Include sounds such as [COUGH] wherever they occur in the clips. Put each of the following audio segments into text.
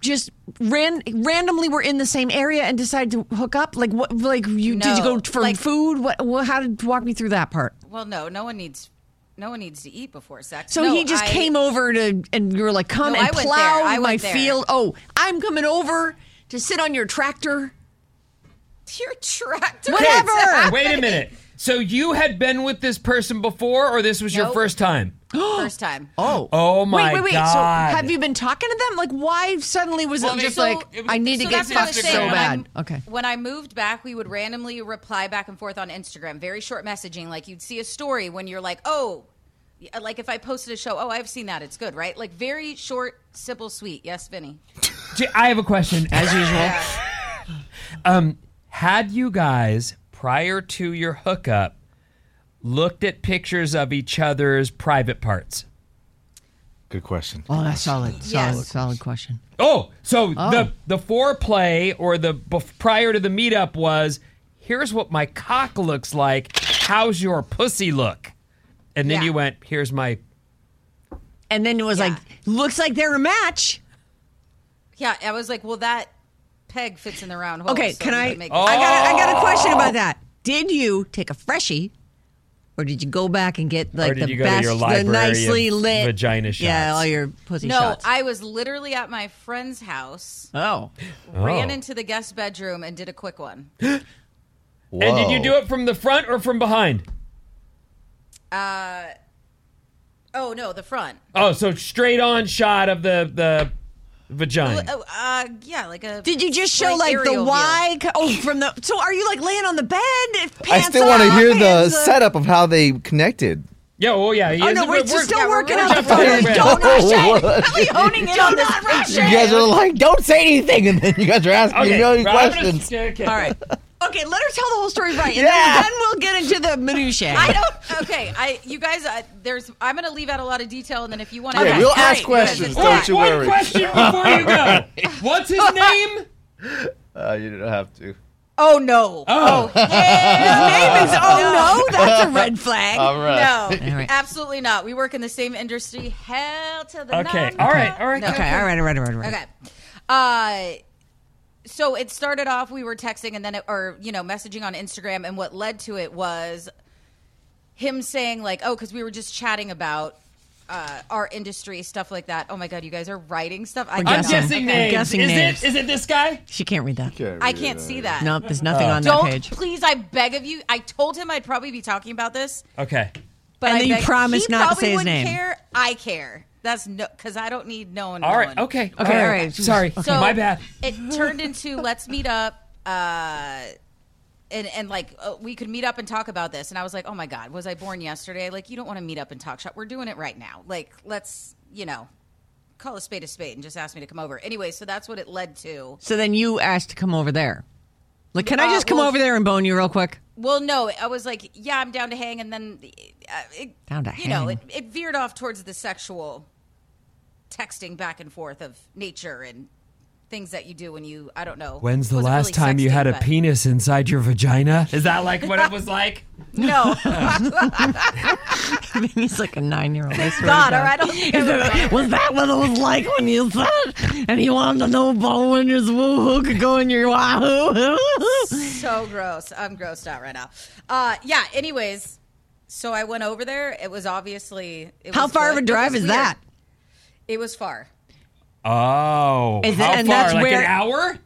just ran randomly were in the same area and decided to hook up. Like what? Like you did you No, go for like- food? What? Well, how did walk me through that part? Well, no, no one needs no one needs to eat before sex. So No, he just I- came over to, and you were like, "Come No, and I went plow there. I my went there. field." Oh, I'm coming over to sit on your tractor. [LAUGHS] Your tractor. [GASPS] [LAUGHS] Whatever. Wait a minute. So you had been with this person before, or this was your Nope. first time? [GASPS] First time. Oh, Oh my wait, wait, wait. god! So have you been talking to them? Like, why suddenly was Well, it they- just so- like it was- I need so to get that's what I fucked was so saying. bad? When I- Okay. When I moved back, we would randomly reply back and forth on Instagram, very short messaging. Like you'd see a story when you're like, oh, like if I posted a show, oh, I've seen that. It's good, right? Like very short, simple, sweet. Yes, Vinny. J- I have a question. As usual. Had you guys, prior to your hookup, looked at pictures of each other's private parts? Good question. Oh, that's solid. Solid, Yes. solid question. Oh, so the the foreplay or the bef- prior to the meetup was here's what my cock looks like. How's your pussy look? And then Yeah. you went, here's my. And then it was Yeah. like, looks like they're a match. Yeah, I was like, well, that peg fits in the round Oh, hole. Okay, so can we I? could I make- got, a, I Oh. got a question about that. Did you take a freshie, or did you go back and get like did the you go to best, your library the nicely of lit vagina Yeah, shots? all your pussy No, shots. I was literally at my friend's house, oh, ran Oh. into the guest bedroom, and did a quick one. And did you do it from the front or from behind? Oh no, the front. Oh, so straight on shot of the the vagina. Oh, uh, yeah, like a. did you just show Like like, the aerial Y? co- Oh, from the. So are you like laying on the bed? I pants still want to up, hear the hands up? setup of how they connected. Yeah. Oh yeah. Oh no, we're, just still yeah, we're- working we're on the just working photos. with- Don't rush it. What? Really honing in on this picture. You guys are like, don't say anything, and then you guys are asking Okay, me a million Robin, questions. okay. All right. Okay, let her tell the whole story right, and Yeah. then, then we'll get into the minutiae. I don't. Okay, I you guys. Uh, there's. I'm gonna leave out a lot of detail, and then if you want to, Yeah, Okay, we'll great, ask good. questions. All right, Don't you one worry. [LAUGHS] question before you go. What's his name? Uh, you don't have to. Oh no! Oh, hell Name is oh no, that's a [LAUGHS] red flag. All no! right. right. Absolutely not. We work in the same industry. Hell to the Okay. no, All no, right. All right. no. okay, all right, all right, all right, all right. Okay. Uh, so it started off, we were texting and then, it, or, you know, messaging on Instagram. And what led to it was him saying, like, oh, because we were just chatting about uh, our industry, stuff like that. Oh my God, you guys are writing stuff. I, I'm cannot- guessing Okay. names. Guessing is names. it? Is it this guy? She can't read that. I can't see that. Nope, there's nothing on that Don't, page. please, I beg of you. I told him I'd probably be talking about this, Okay. but And I then you beg- promised he not to probably say his wouldn't name. Care. I care. That's no, because I don't need no one. All right. knowing. Okay. Okay, all right. Sorry. So My bad. It turned into let's meet up, uh, and and like uh, we could meet up and talk about this. And I was like, oh my god, was I born yesterday? Like you don't want to meet up and talk shop. We're doing it right now. Like let's you know call a spade a spade and just ask me to come over. Anyway, so that's what it led to. So then you asked to come over there. Like, can I Uh, just come well- over there and bone you real quick? [LAUGHS] Well, no, I was like, yeah, I'm down to hang, and then uh, it, Down to you know hang. it, it veered off towards the sexual texting back and forth of nature and things that you do when you I don't know. When's the Wasn't last really time you sexting, had a but- penis inside your vagina? Is that like what it was like? [LAUGHS] No. [LAUGHS] I mean, he's like a nine-year-old. I swear God, to all right. I don't think I Is would- it- was that what it was like when you said, and you wanted to know about when your woohoo could go in your wahoo? so gross. I'm grossed out right now. Uh, yeah. Anyways, so I went over there. It was obviously it How was far of good. a It drive was is weird. that? It was far. Oh. Is it- how and far? that's like where- an hour?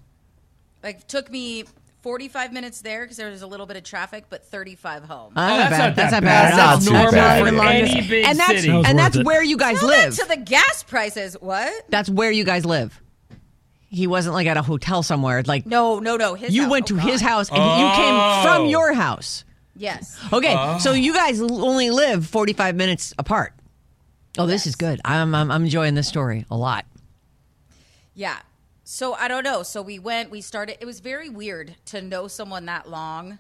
Like took me 45 minutes there because there was a little bit of traffic, but 35 home. Oh, that's not that's that not bad. bad. at all. That's not too bad. even For long any distance. big and that's city. That was and that's worth it. where you guys Tell that live. to the gas prices. What? that's where you guys live. He wasn't like at a hotel somewhere. Like No, no, no. His you house. went Oh, to his God. house and you came from Oh. Uh-huh. your house. Yes. Okay, so you guys l- only live 45 minutes apart. Oh, this is good. I'm, I'm I'm enjoying this story a lot. Yeah. So I don't know. So we went, we started. It was very weird to know someone that long.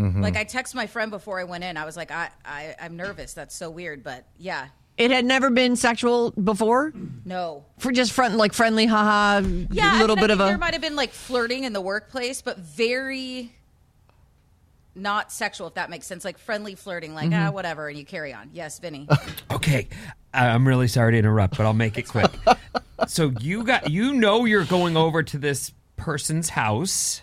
Mm-hmm. Like I texted my friend before I went in. I was like, I, I, I'm nervous. That's so weird. But yeah, It had never been sexual before. no. For just front like friendly, haha, Yeah, I little mean, I bit of think a. There might have been like flirting in the workplace, but very not sexual, if that makes sense. Like friendly flirting, like Mm-hmm. ah, whatever, and you carry on. Yes, [LAUGHS] Vinny. Okay, I- I'm really sorry to interrupt, but I'll make it [LAUGHS] quick. so you got you know you're going over to this person's house,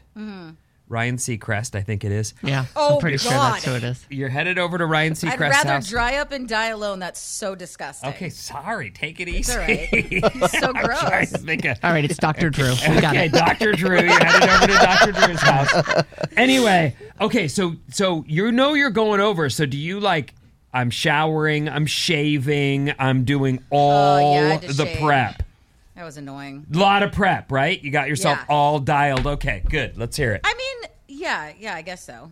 Ryan Seacrest, I think it is. Mm-hmm. yeah, Oh, I'm pretty sure that's who it God. is. You're headed over to Ryan Seacrest's I'd rather house. dry up and die alone. That's so disgusting. okay, sorry. Take it easy. all [LAUGHS] So I'm trying gross. to think of- All right, it's Dr. Drew. We got okay, it. Dr. Drew, you're headed over to Dr. Drew's house. Anyway, okay, so so you know you're going over. So do you like I'm showering, I'm shaving, I'm doing all Oh, yeah, I had to the shave. prep. That was annoying. A lot of prep, right? You got yourself Yeah. all dialed. Okay, good. Let's hear it. I mean, yeah, yeah, I guess so.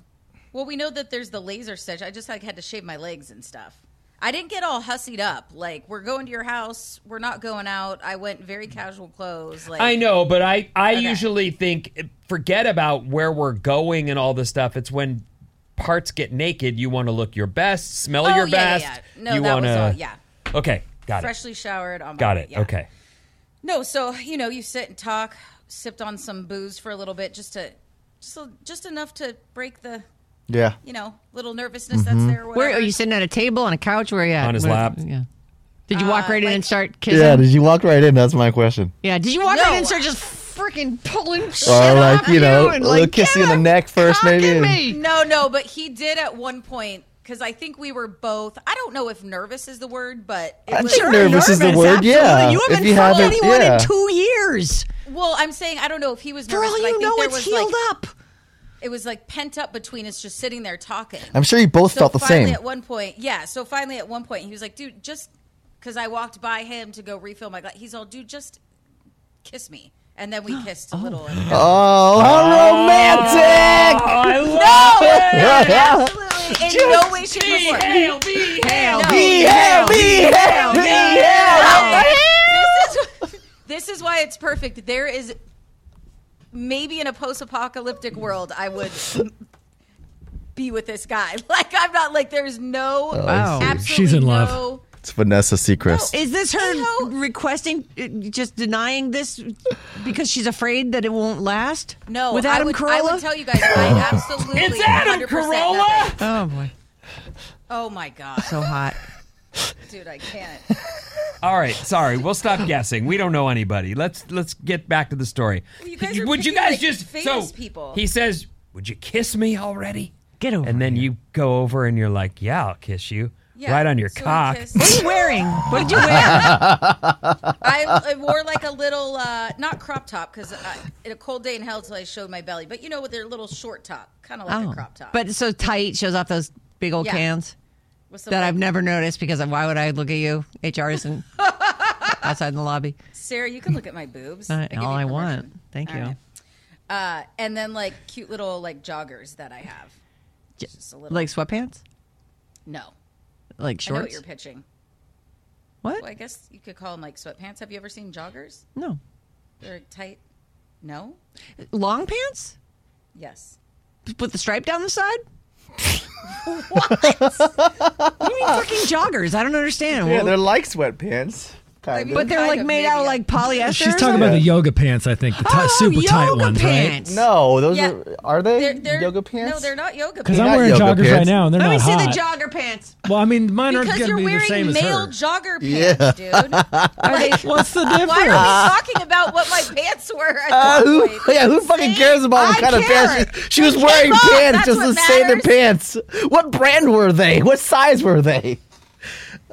Well, we know that there's the laser stitch. I just like had to shave my legs and stuff. I didn't get all hussied up. Like we're going to your house. We're not going out. I went very casual clothes. Like I know, but I I Okay. usually think forget about where we're going and all this stuff. It's when parts get naked, you want to look your best, smell Oh, your yeah, yeah, best. yeah. No, you that wanna... was all. Yeah, Okay, got it. freshly showered. On my Got way, it. yeah. Okay. No, so you know, you sit and talk, sipped on some booze for a little bit, just to, just a, just enough to break the, Yeah. you know, little nervousness that's Mm-hmm. there. Or Where whatever. are you sitting at a table on a couch? Where are you at? On his What- lap. Yeah. Did you walk Uh, right in and start kissing? Yeah. Did you walk right in? That's my question. Yeah, did you walk No. in and start just freaking pulling shit Or off like you know, and a little like kiss you in "Get the her neck first, cock in maybe. and- me." No, no, but he did at one point because I think we were both. I don't know if nervous is the word, but it I'm was, sure nervous is the word. absolutely. Yeah. you haven't if you fucked haven't, anyone yeah. in two years. Well, I'm saying I don't know if he was For nervous. all but I you think know, there it's was healed like, up. It was like pent up between us, just sitting there talking. I'm sure you both so felt the finally same. at one point, yeah. So finally at one point, he was like, "Dude, just." Because I walked by him to go refill my glass. He's all, "Dude, just kiss me." And then we kissed a little. [GASPS] Oh, how romantic! I love [LAUGHS] Absolutely, in no way, shape, or form. Be hail. No. Be hell, be hell, be hell. this is this is why it's perfect. There is maybe in a post-apocalyptic world, I would be with this guy. [LAUGHS] Like I'm not like there's no Wow. absolutely She's in love. no It's Vanessa Seacrest. Is this her requesting, uh, just denying this because she's afraid that it won't last? No, with I Adam would, I Carolla. would tell you guys, I absolutely. It's Adam 100% Carolla. nothing. oh boy, Oh my god, so hot. dude, I can't. All right, sorry. We'll stop guessing. We don't know anybody. Let's let's get back to the story. You guys He- are would you picking, guys like, just famous so people. He says, "Would you kiss me already?" Get over. And then you go over and you're like, "Yeah, I'll kiss you." Yeah, Right on your so we cock. What are kissed. you wearing? What did you wear? I, I wore like a little, uh, not crop top, because in a cold day in hell till I showed my belly. But you know what? They're little short top, kind of like Oh. a crop top. but so tight shows off those big old Yeah. cans with some that like, I've never noticed because why would I look at you, HR [LAUGHS] and outside in the lobby? Sarah, you can look at my boobs. Not give all you I permission. want. Thank All you. right. Uh, and then like cute little like joggers that I have. Just a little. Like sweatpants, no, like I know what shorts. you're pitching. What? Well, I guess you could call them like sweatpants. Have you ever seen joggers? No, They're tight. No. long pants Yes. with the stripe down the [LAUGHS] side. [LAUGHS] what? you mean fucking joggers? I don't understand. yeah, Well, they're like sweatpants. I Kind mean- of. but they're Kind like of, made maybe, out of yeah. like polyester. She's or talking something? about the yoga pants, I think. The ti- oh, super tight yoga ones, right? pants. No, those Yeah. are are they They're, they're, yoga pants? No, they're not yoga Because pants. I'm not wearing yoga joggers right pants. now, and they're Let me not see the hot. jogger [LAUGHS] pants. well, I mean, mine aren't because going to you're be the wearing same as male her. jogger pants, [LAUGHS] dude. Are they? What's the Why are we difference? talking about what my pants were? at Uh, Ah, that who, point? yeah, who fucking See? cares about what I kind care. of pants? She, she was They wearing came off, pants that's just to what say their matters. pants. What brand were they? What size were they?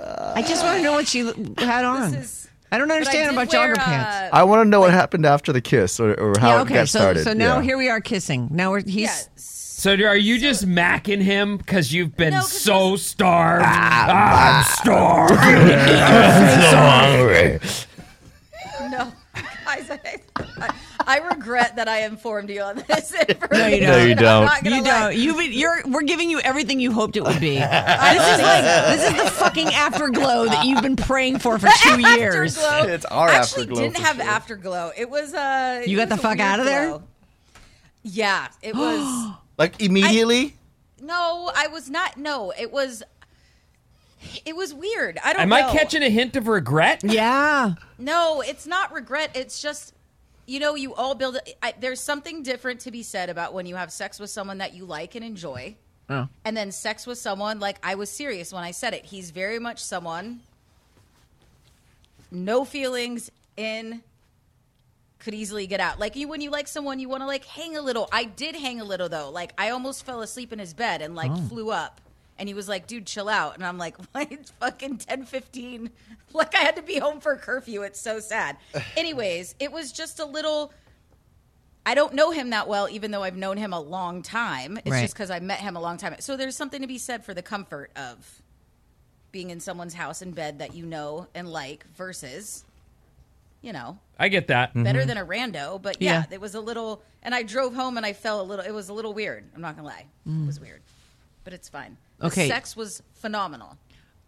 I just want to know what she l- had on. is- I don't But I understand did about wear, jogger pants. uh, I want to know what happened after the kiss or, or how yeah, it okay. got so started. so now Yeah. [LAUGHS] here we are kissing. Now we're he's yeah, [LAUGHS] So are you just macking him because you've been No, 'cause so starved? Ah, I'm starved. no. [LAUGHS] Guys, I, I, I regret that I informed you on this [LAUGHS] information. don't. No, you I'm don't. not gonna You lie. don't. You you're we're giving you everything you hoped it would [LAUGHS] be. [LAUGHS] this is like this is the fucking afterglow that you've been praying for [LAUGHS] for two years. Afterglow. It's our actually afterglow didn't for have sure. afterglow. It was uh You it got the was a fuck weird outta there? glow. Yeah, [GASPS] it was. Like immediately? no, I was not. No, it was. It was weird. I don't. Am know. I catching a hint of regret? Yeah. No, it's not regret. It's just, you know, you all build. I, there's something different to be said about when you have sex with someone that you like and enjoy, and then sex with someone like I was serious when I said it. He's very much someone, no feelings in. Could easily get out. Like you, when you like someone, you want to like hang a little. I did hang a little though. Like I almost fell asleep in his bed and like flew up. And he was like, "Dude, chill out." And I'm like, [LAUGHS] "What? It's fucking ten fifteen. [LAUGHS] Like I had to be home for curfew. It's so sad." Anyways, it was just a little. I don't know him that well, even though I've known him a long time. It's Right. just because I met him a long time. So there's something to be said for the comfort of being in someone's house in bed that you know and like versus, you know, I get that. better than a rando. But yeah, Yeah. it was a little. And I drove home and I felt a little. It was a little weird. I'm not gonna lie. Mm. It was weird, but it's fine. The Okay. sex was phenomenal.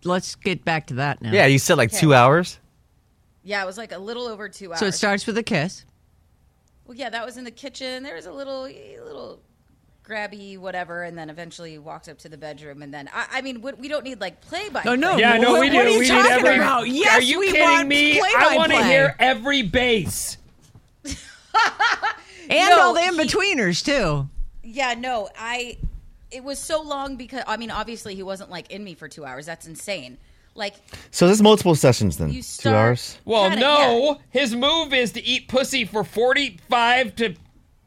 Let's get back to that now. Yeah, you said like two hours. Yeah, it was like a little over two hours. So it starts with a kiss. well, yeah, that was in the kitchen. There was a little, a little grabby whatever, and then eventually walked up to the bedroom. And then, I, I mean, we, we don't need like play by. Oh [LAUGHS] no. Yeah, no, what, we do. What are you we talking need every, about? Yes, are you we kidding want me? I play-by-play. want to hear every bass. and No, all the he- in betweeners too. Yeah, no, I. It was so long because I mean, obviously he wasn't like in me for two hours. That's insane. Like So there's multiple sessions then. you start. two hours. Well, Kinda, yeah. no. His move is to eat pussy for 45 to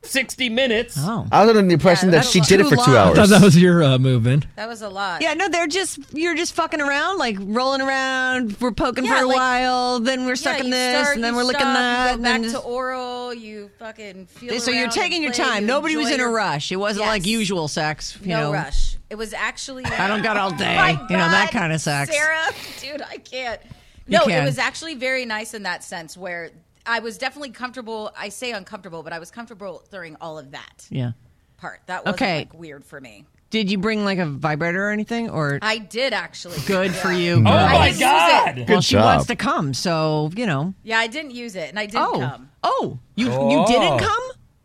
60 minutes. Oh. I was under the impression Yeah, that that's she a did it lot. for Too [LAUGHS] two long. I thought hours. that was your uh, movement. That was a lot. Yeah, no, they're just you're just fucking around, like rolling around. We're poking Yeah, for a like- while, then we're Yeah, sucking you this, start, and then you we're licking stop, that. You go and back then to just- oral. You fucking feel. so you're around taking and your play, time. you Nobody was enjoy in a your- rush. It wasn't like Yes. usual sex. You no know? rush. It was actually. I don't got [LAUGHS] all day. My you know that God, kind of sucks. Sarah, [LAUGHS] dude, I can't. No, can. it was actually very nice in that sense where I was definitely comfortable. I say uncomfortable, but I was comfortable during all of that Yeah. part. That was Okay. like weird for me. Did you bring like a vibrator or anything? Or I did actually. good yeah. for you. Oh, I my didn't use God. well, she job. wants to come, so you know. Yeah, I didn't use it, and I didn't Oh, come. oh, you you didn't come?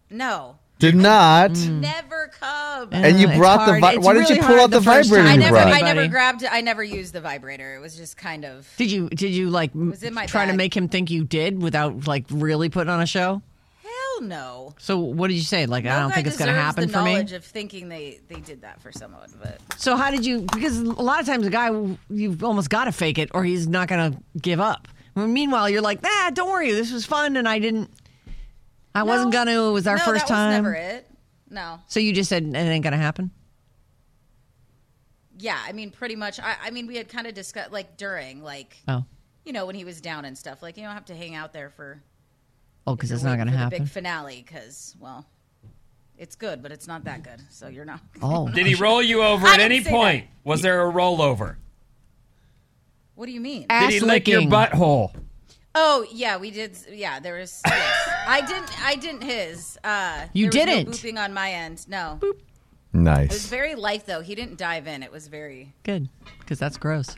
No, Did not. Never come. And you Uh, it's brought the hard. vi- It's why didn't you really pull hard out the the first vibrator time. I you never, brought? I never Anybody. grabbed. I never used the vibrator. It was just kind of. Did you did you like m- was in my trying to bag. make him think you did without like really putting on a show? Hell no. So what did you say? Like I No don't guy think it's going to deserves happen the for me. knowledge Of thinking they they did that for someone, but So how did you? Because a lot of times a guy, you've almost got to fake it, or he's not going to give up. Well, meanwhile, you're like, nah, don't worry, this was fun, and I didn't. I wasn't No. going to. It was our No, first that was time. never it. No. So you just said it ain't going to happen. Yeah, I mean, pretty much. I, I mean, we had kind of discussed like during like Oh, you know when he was down and stuff. Like you don't have to hang out there for oh, because it's not wait going to for the happen. big finale because well, it's good, but it's not that good. So you're not. Oh, Did he roll you over I at didn't any say point? Was there a rollover? What do you mean? Did he lick your licking. butthole? Oh yeah, we did. Yeah, there was. Yes. I didn't. I didn't his. Uh, You there was didn't? No booping on my end. No. It was Nice. very light though. He didn't dive in. It was very. Good, because that's gross.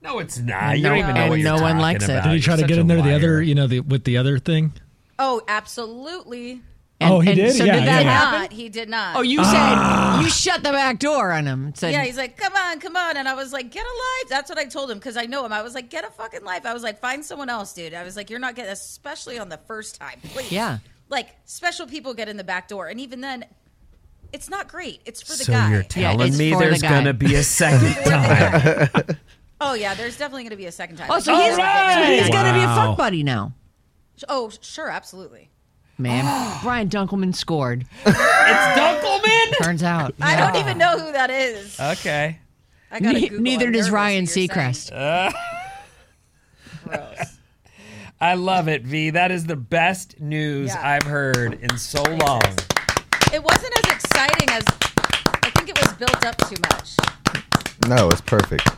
No, it's not. You No, don't even know and what you're no one talking likes it. about. Did Did he Ah, You're try to such get a in there the liar. other, you know, the, with the other thing? Oh, absolutely. And, Oh, he and did? So Yeah, did yeah. Ah. that Did happen? Not. He did not. Oh, you said you shut the back door on him. Said, Yeah, he's like, come on, come on. And I was like, get a life. That's what I told him because I know him. I was like, get a fucking life. I was like, find someone else, dude. I was like, you're not getting, especially on the first time, please. Yeah. Like, special people get in the back door. And even then, it's not great. It's for the So guy. you're Yeah, telling it's me for the there's guy. gonna be a second time? oh, yeah, there's definitely going to be a second time. oh, so he's, so he's going to be a Wow. fuck buddy now. oh, sure, absolutely. [GASPS] Man, Brian Dunkelman scored. it's Dunkelman. Turns out. I don't even know who that is. Okay. I gotta Uh, Ne- Google. neither I'm does nervous Ryan that you're saying Seacrest. gross. I love it, V. That is the best news Yeah. I've heard in so long. It wasn't as exciting as I think it was built up too much. No, it's perfect.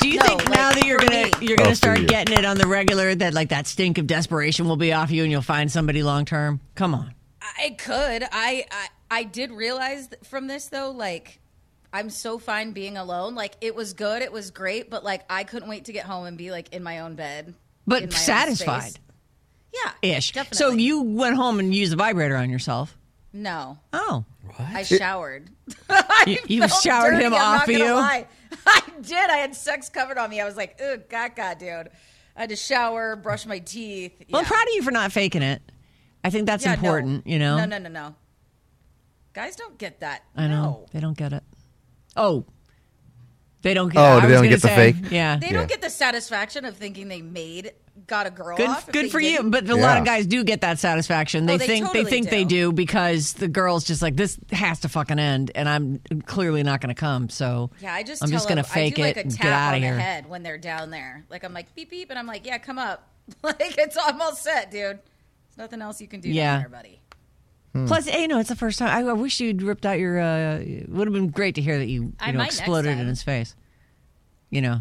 Do you No, think like, now that you're for gonna me. you're gonna Oh, for start you. getting it on the regular that like that stink of desperation will be off you and you'll find somebody long term? Come on. I could. I, I I did realize th- from this though, like I'm so fine being alone. Like it was good, it was great, but like I couldn't wait to get home and be like in my own bed. But in my own satisfied. space. Yeah. Ish. Definitely. So you went home and used the vibrator on yourself. No. Oh. I showered. I You- you felt showered him I'm not off of gonna you? lie. [LAUGHS] I did. I had sex covered on me. I was like, ooh, gaga, dude. I had to shower, brush my teeth. Well, I'm Yeah. proud of you for not faking it. I think that's Yeah, no. important, you know? No, no, no, no. Guys don't get that. I know. No. They don't get it. Oh. They don't get Oh, I they was don't gonna get the say, fake? Yeah. They Yeah. don't get the satisfaction of thinking they made got a girl good, off. If good they for you. didn't- Oh, But a lot of Yeah. guys do get that satisfaction. They, they think they totally think they do. do because the girl's just like this has to fucking end, and I'm clearly not going to come. So yeah, I just I'm tell just going to them- I fake do, it like a and tap get out on of the here. head when they're down there. Like I'm like beep beep, and I'm like yeah, come up. [LAUGHS] Like it's I'm all set, dude. There's nothing else you can do Yeah. down there, buddy. Hmm. Plus, hey, you know, it's the first time. I, I wish you'd ripped out your. Uh, it would have been great to hear that you, I you know might next exploded in time. Oh, his face. You [LAUGHS] know,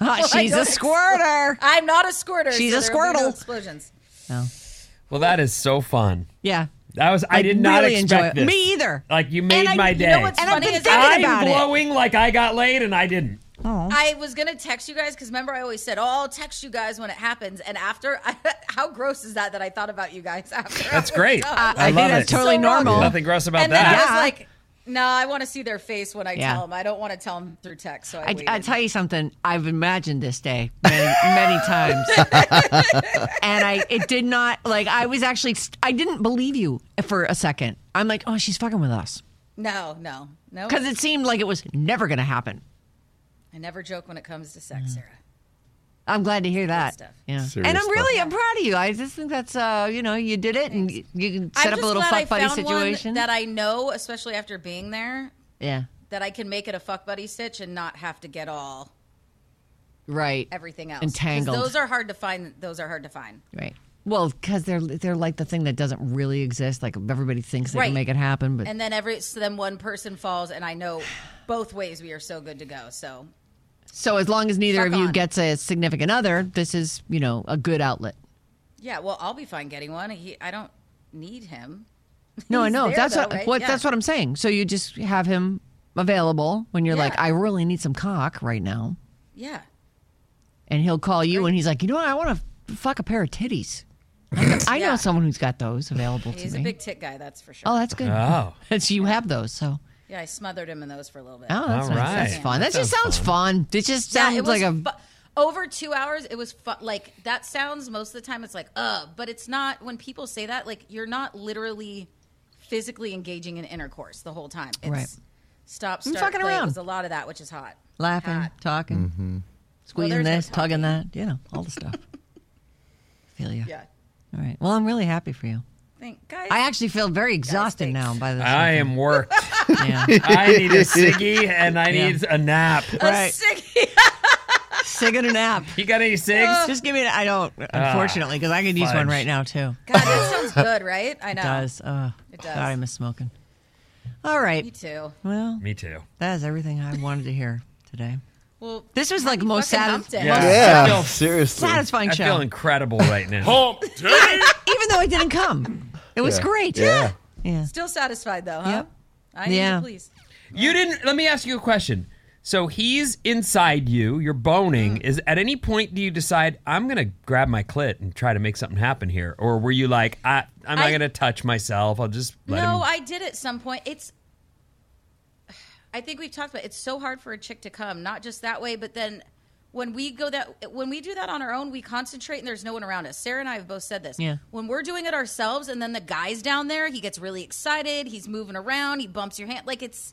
Ah, I she's a don't ex- squirter. I'm not a squirter. She's so a there will be no squirtle. explosions. No. Well, that is so fun. Yeah, That was. I Like, did not really enjoy expect it. this. Me either. Like you made I- my you day. know what's and I've funny been is thinking I- about I'm it. glowing like I got laid and I didn't. I was gonna text you guys because remember I always said, "Oh, I'll text you guys when it happens." And after, [LAUGHS] how gross is that that I thought about you guys after? I That's was great. done? I, Uh, I think love that's it. totally So wrong. normal. Nothing gross about and that. then I Yeah. was like, no, I want to see their face when I Yeah. tell them. I don't want to tell them through text. So I, I, waited. I tell you something. I've imagined this day many, many [LAUGHS] times, and I it did not like. I was actually I didn't believe you for a second. I'm like, oh, she's fucking with us no, no, no. because it seemed like it was never going to happen. I never joke when it comes to Mm. sex, Sarah. I'm glad to hear that. stuff. Yeah, Serious and I'm stuff. really I'm proud of you. I just think that's uh, you know, you did it, and you, you can set I'm up a just little glad I fuck buddy found one situation. that I know, especially after being there, yeah, that I can make it a fuck buddy stitch and not have to get all right. everything else 'Cause Entangled. Those are hard to find. Those are hard to find. right. Well, because they're they're like the thing that doesn't really exist. Like everybody thinks they Right. can make it happen, but And then every so then one person falls, and I know both ways we are so good to go. So So as long as neither Fuck of you on. gets a significant other, this is, you know, a good outlet. yeah, well, I'll be fine getting one. He, I don't need him. [LAUGHS] No, I He's know. there, that's though, what, right? what Yeah. that's what I'm saying. So you just have him available when you're like, Yeah. I really need some cock right now. Yeah. [LAUGHS] And he'll call you and he's like, you know what, I want to fuck a pair of titties. I know Yeah. someone who's got those available to He's me. a big tit guy, that's for sure. oh, that's good. [LAUGHS] Oh. That's you have those. So yeah, I smothered him in those for a little bit. oh, that's All nice. That's right. fun. That, just sounds fun. It just Yeah, sounds it was like a. fu- over two hours. It was fu- like that sounds most of the time. It's like uh, but it's not when people say that. Like you're not literally physically engaging in intercourse the whole time. It's Right. Stop. Start, fucking play. around. It was a lot of that, which is hot. Laughing, Hot. talking, squeezing Well, there's no this, tugging that, you know, all the stuff. [LAUGHS] Feel you. Yeah. All right. Well, I'm really happy for you. Thank guys. I actually feel very exhausted thanks. now by this. I am [LAUGHS] worked. Yeah. I need a ciggy and I need a nap. right. [LAUGHS] Sick. Sigging a [LAUGHS] nap. You got any Ah. cigs? Just give me. An, I don't, unfortunately, because I could use one Ah, fudge. right now too. God, that sounds good, right? I know. does. Oh, It does. God, I miss smoking. All Me right. too. Well, Me too. that is everything I wanted to hear today. Well, This was like the most fucking satis- hump day. Yeah. Yeah, I feel, seriously. satisfying I show. feel incredible right now. [LAUGHS] Even though I didn't come, it was great. Yeah. Yeah. Still satisfied though, huh? Yep. I need Yeah. you, please. you didn't. Let me ask you a question. So he's inside you. You're boning. Is at any point do you decide I'm gonna grab my clit and try to make something happen here, or were you like I, I'm not I- gonna touch myself? I'll just let no, him. I did at some point. It's. [SIGHS] I think we've talked about it. it's so hard for a chick to come, not just that way, but then when we go that when we do that on our own, we concentrate and there's no one around us. Sarah and I have both said this. Yeah. When we're doing it ourselves, and then the guy's down there, he gets really excited. He's moving around. He bumps your hand. Like it's.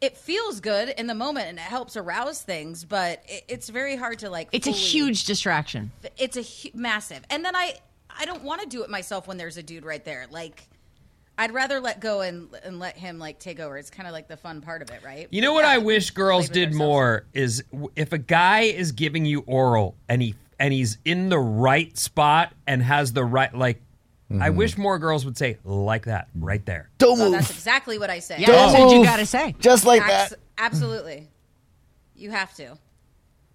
It feels good in the moment and it helps arouse things, but it, it's very hard to like. It's a fully- huge distraction. it's a hu- massive. And then I I don't want to do it myself when there's a dude right there. Like I'd rather let go and and let him like take over. It's kind of like the fun part of it, right? You know what I wish girls Play with did ourselves. more is w- if a guy is giving you oral and he and he's in the right spot and has the right like I wish more girls would say like that right there. Don't So move. Oh, that's exactly what I say. Yeah, that's what Oh. you move. gotta say. Just like Abs- that. absolutely. You have to.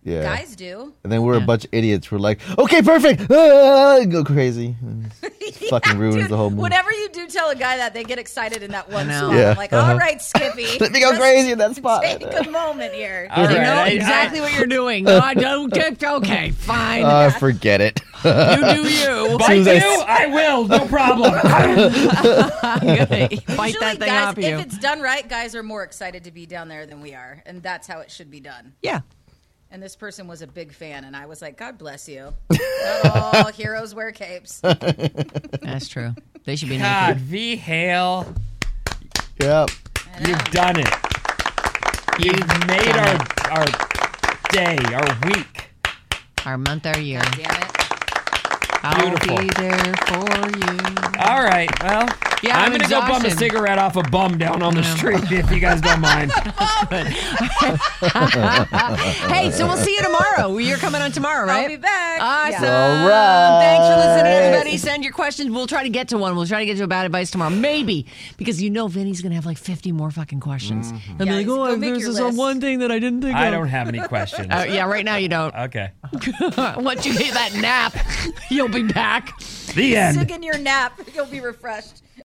Yeah. Guys do. And then we're a bunch of idiots. We're like, okay, perfect. [LAUGHS] Ah, go crazy. And it fucking ruins Dude, the whole movie. Whenever you do tell a guy that, they get excited in that one spot. Yeah, Uh-huh. Like, all right, Skippy. [LAUGHS] Let me go let's crazy in that [LAUGHS] spot. Take a moment here. All You right, know I- I- exactly what you're doing. No, I don't. Okay, [LAUGHS] fine. Ah, forget it. [LAUGHS] you do you. Bite Soon as I you? I will, no problem. [LAUGHS] Bite Usually, that thing guys, off of if you. it's done right, guys are more excited to be down there than we are, and that's how it should be done. Yeah. And this person was a big fan, and I was like, God bless you. [LAUGHS] Not all heroes wear capes. That's true. They should [LAUGHS] be God, naked. V Hale, yep. you've done it. You've made our our day, our week. Our month, our year. Damn it. I'll Beautiful. be there for you. All right, well, Yeah, I'm, I'm gonna go bum a exhausted. cigarette off a bum down on the street if you guys don't [LAUGHS] mind. hey, so we'll see you tomorrow. You're coming on tomorrow, right? I'll be back. Awesome. Yeah. All right. Thanks for listening, everybody. Send your questions. We'll try to get to one. We'll try to get to a bad advice tomorrow. Maybe. Because you know Vinny's going to have like 50 more fucking questions. He'll Yeah, be like, he's- oh, go make there's your this list." one thing that I didn't think I of. don't have any questions. Uh, yeah, right now you don't. Okay. [LAUGHS] Once you get that nap, [LAUGHS] you'll be back. The end. Sig in your nap. [LAUGHS] You'll be refreshed.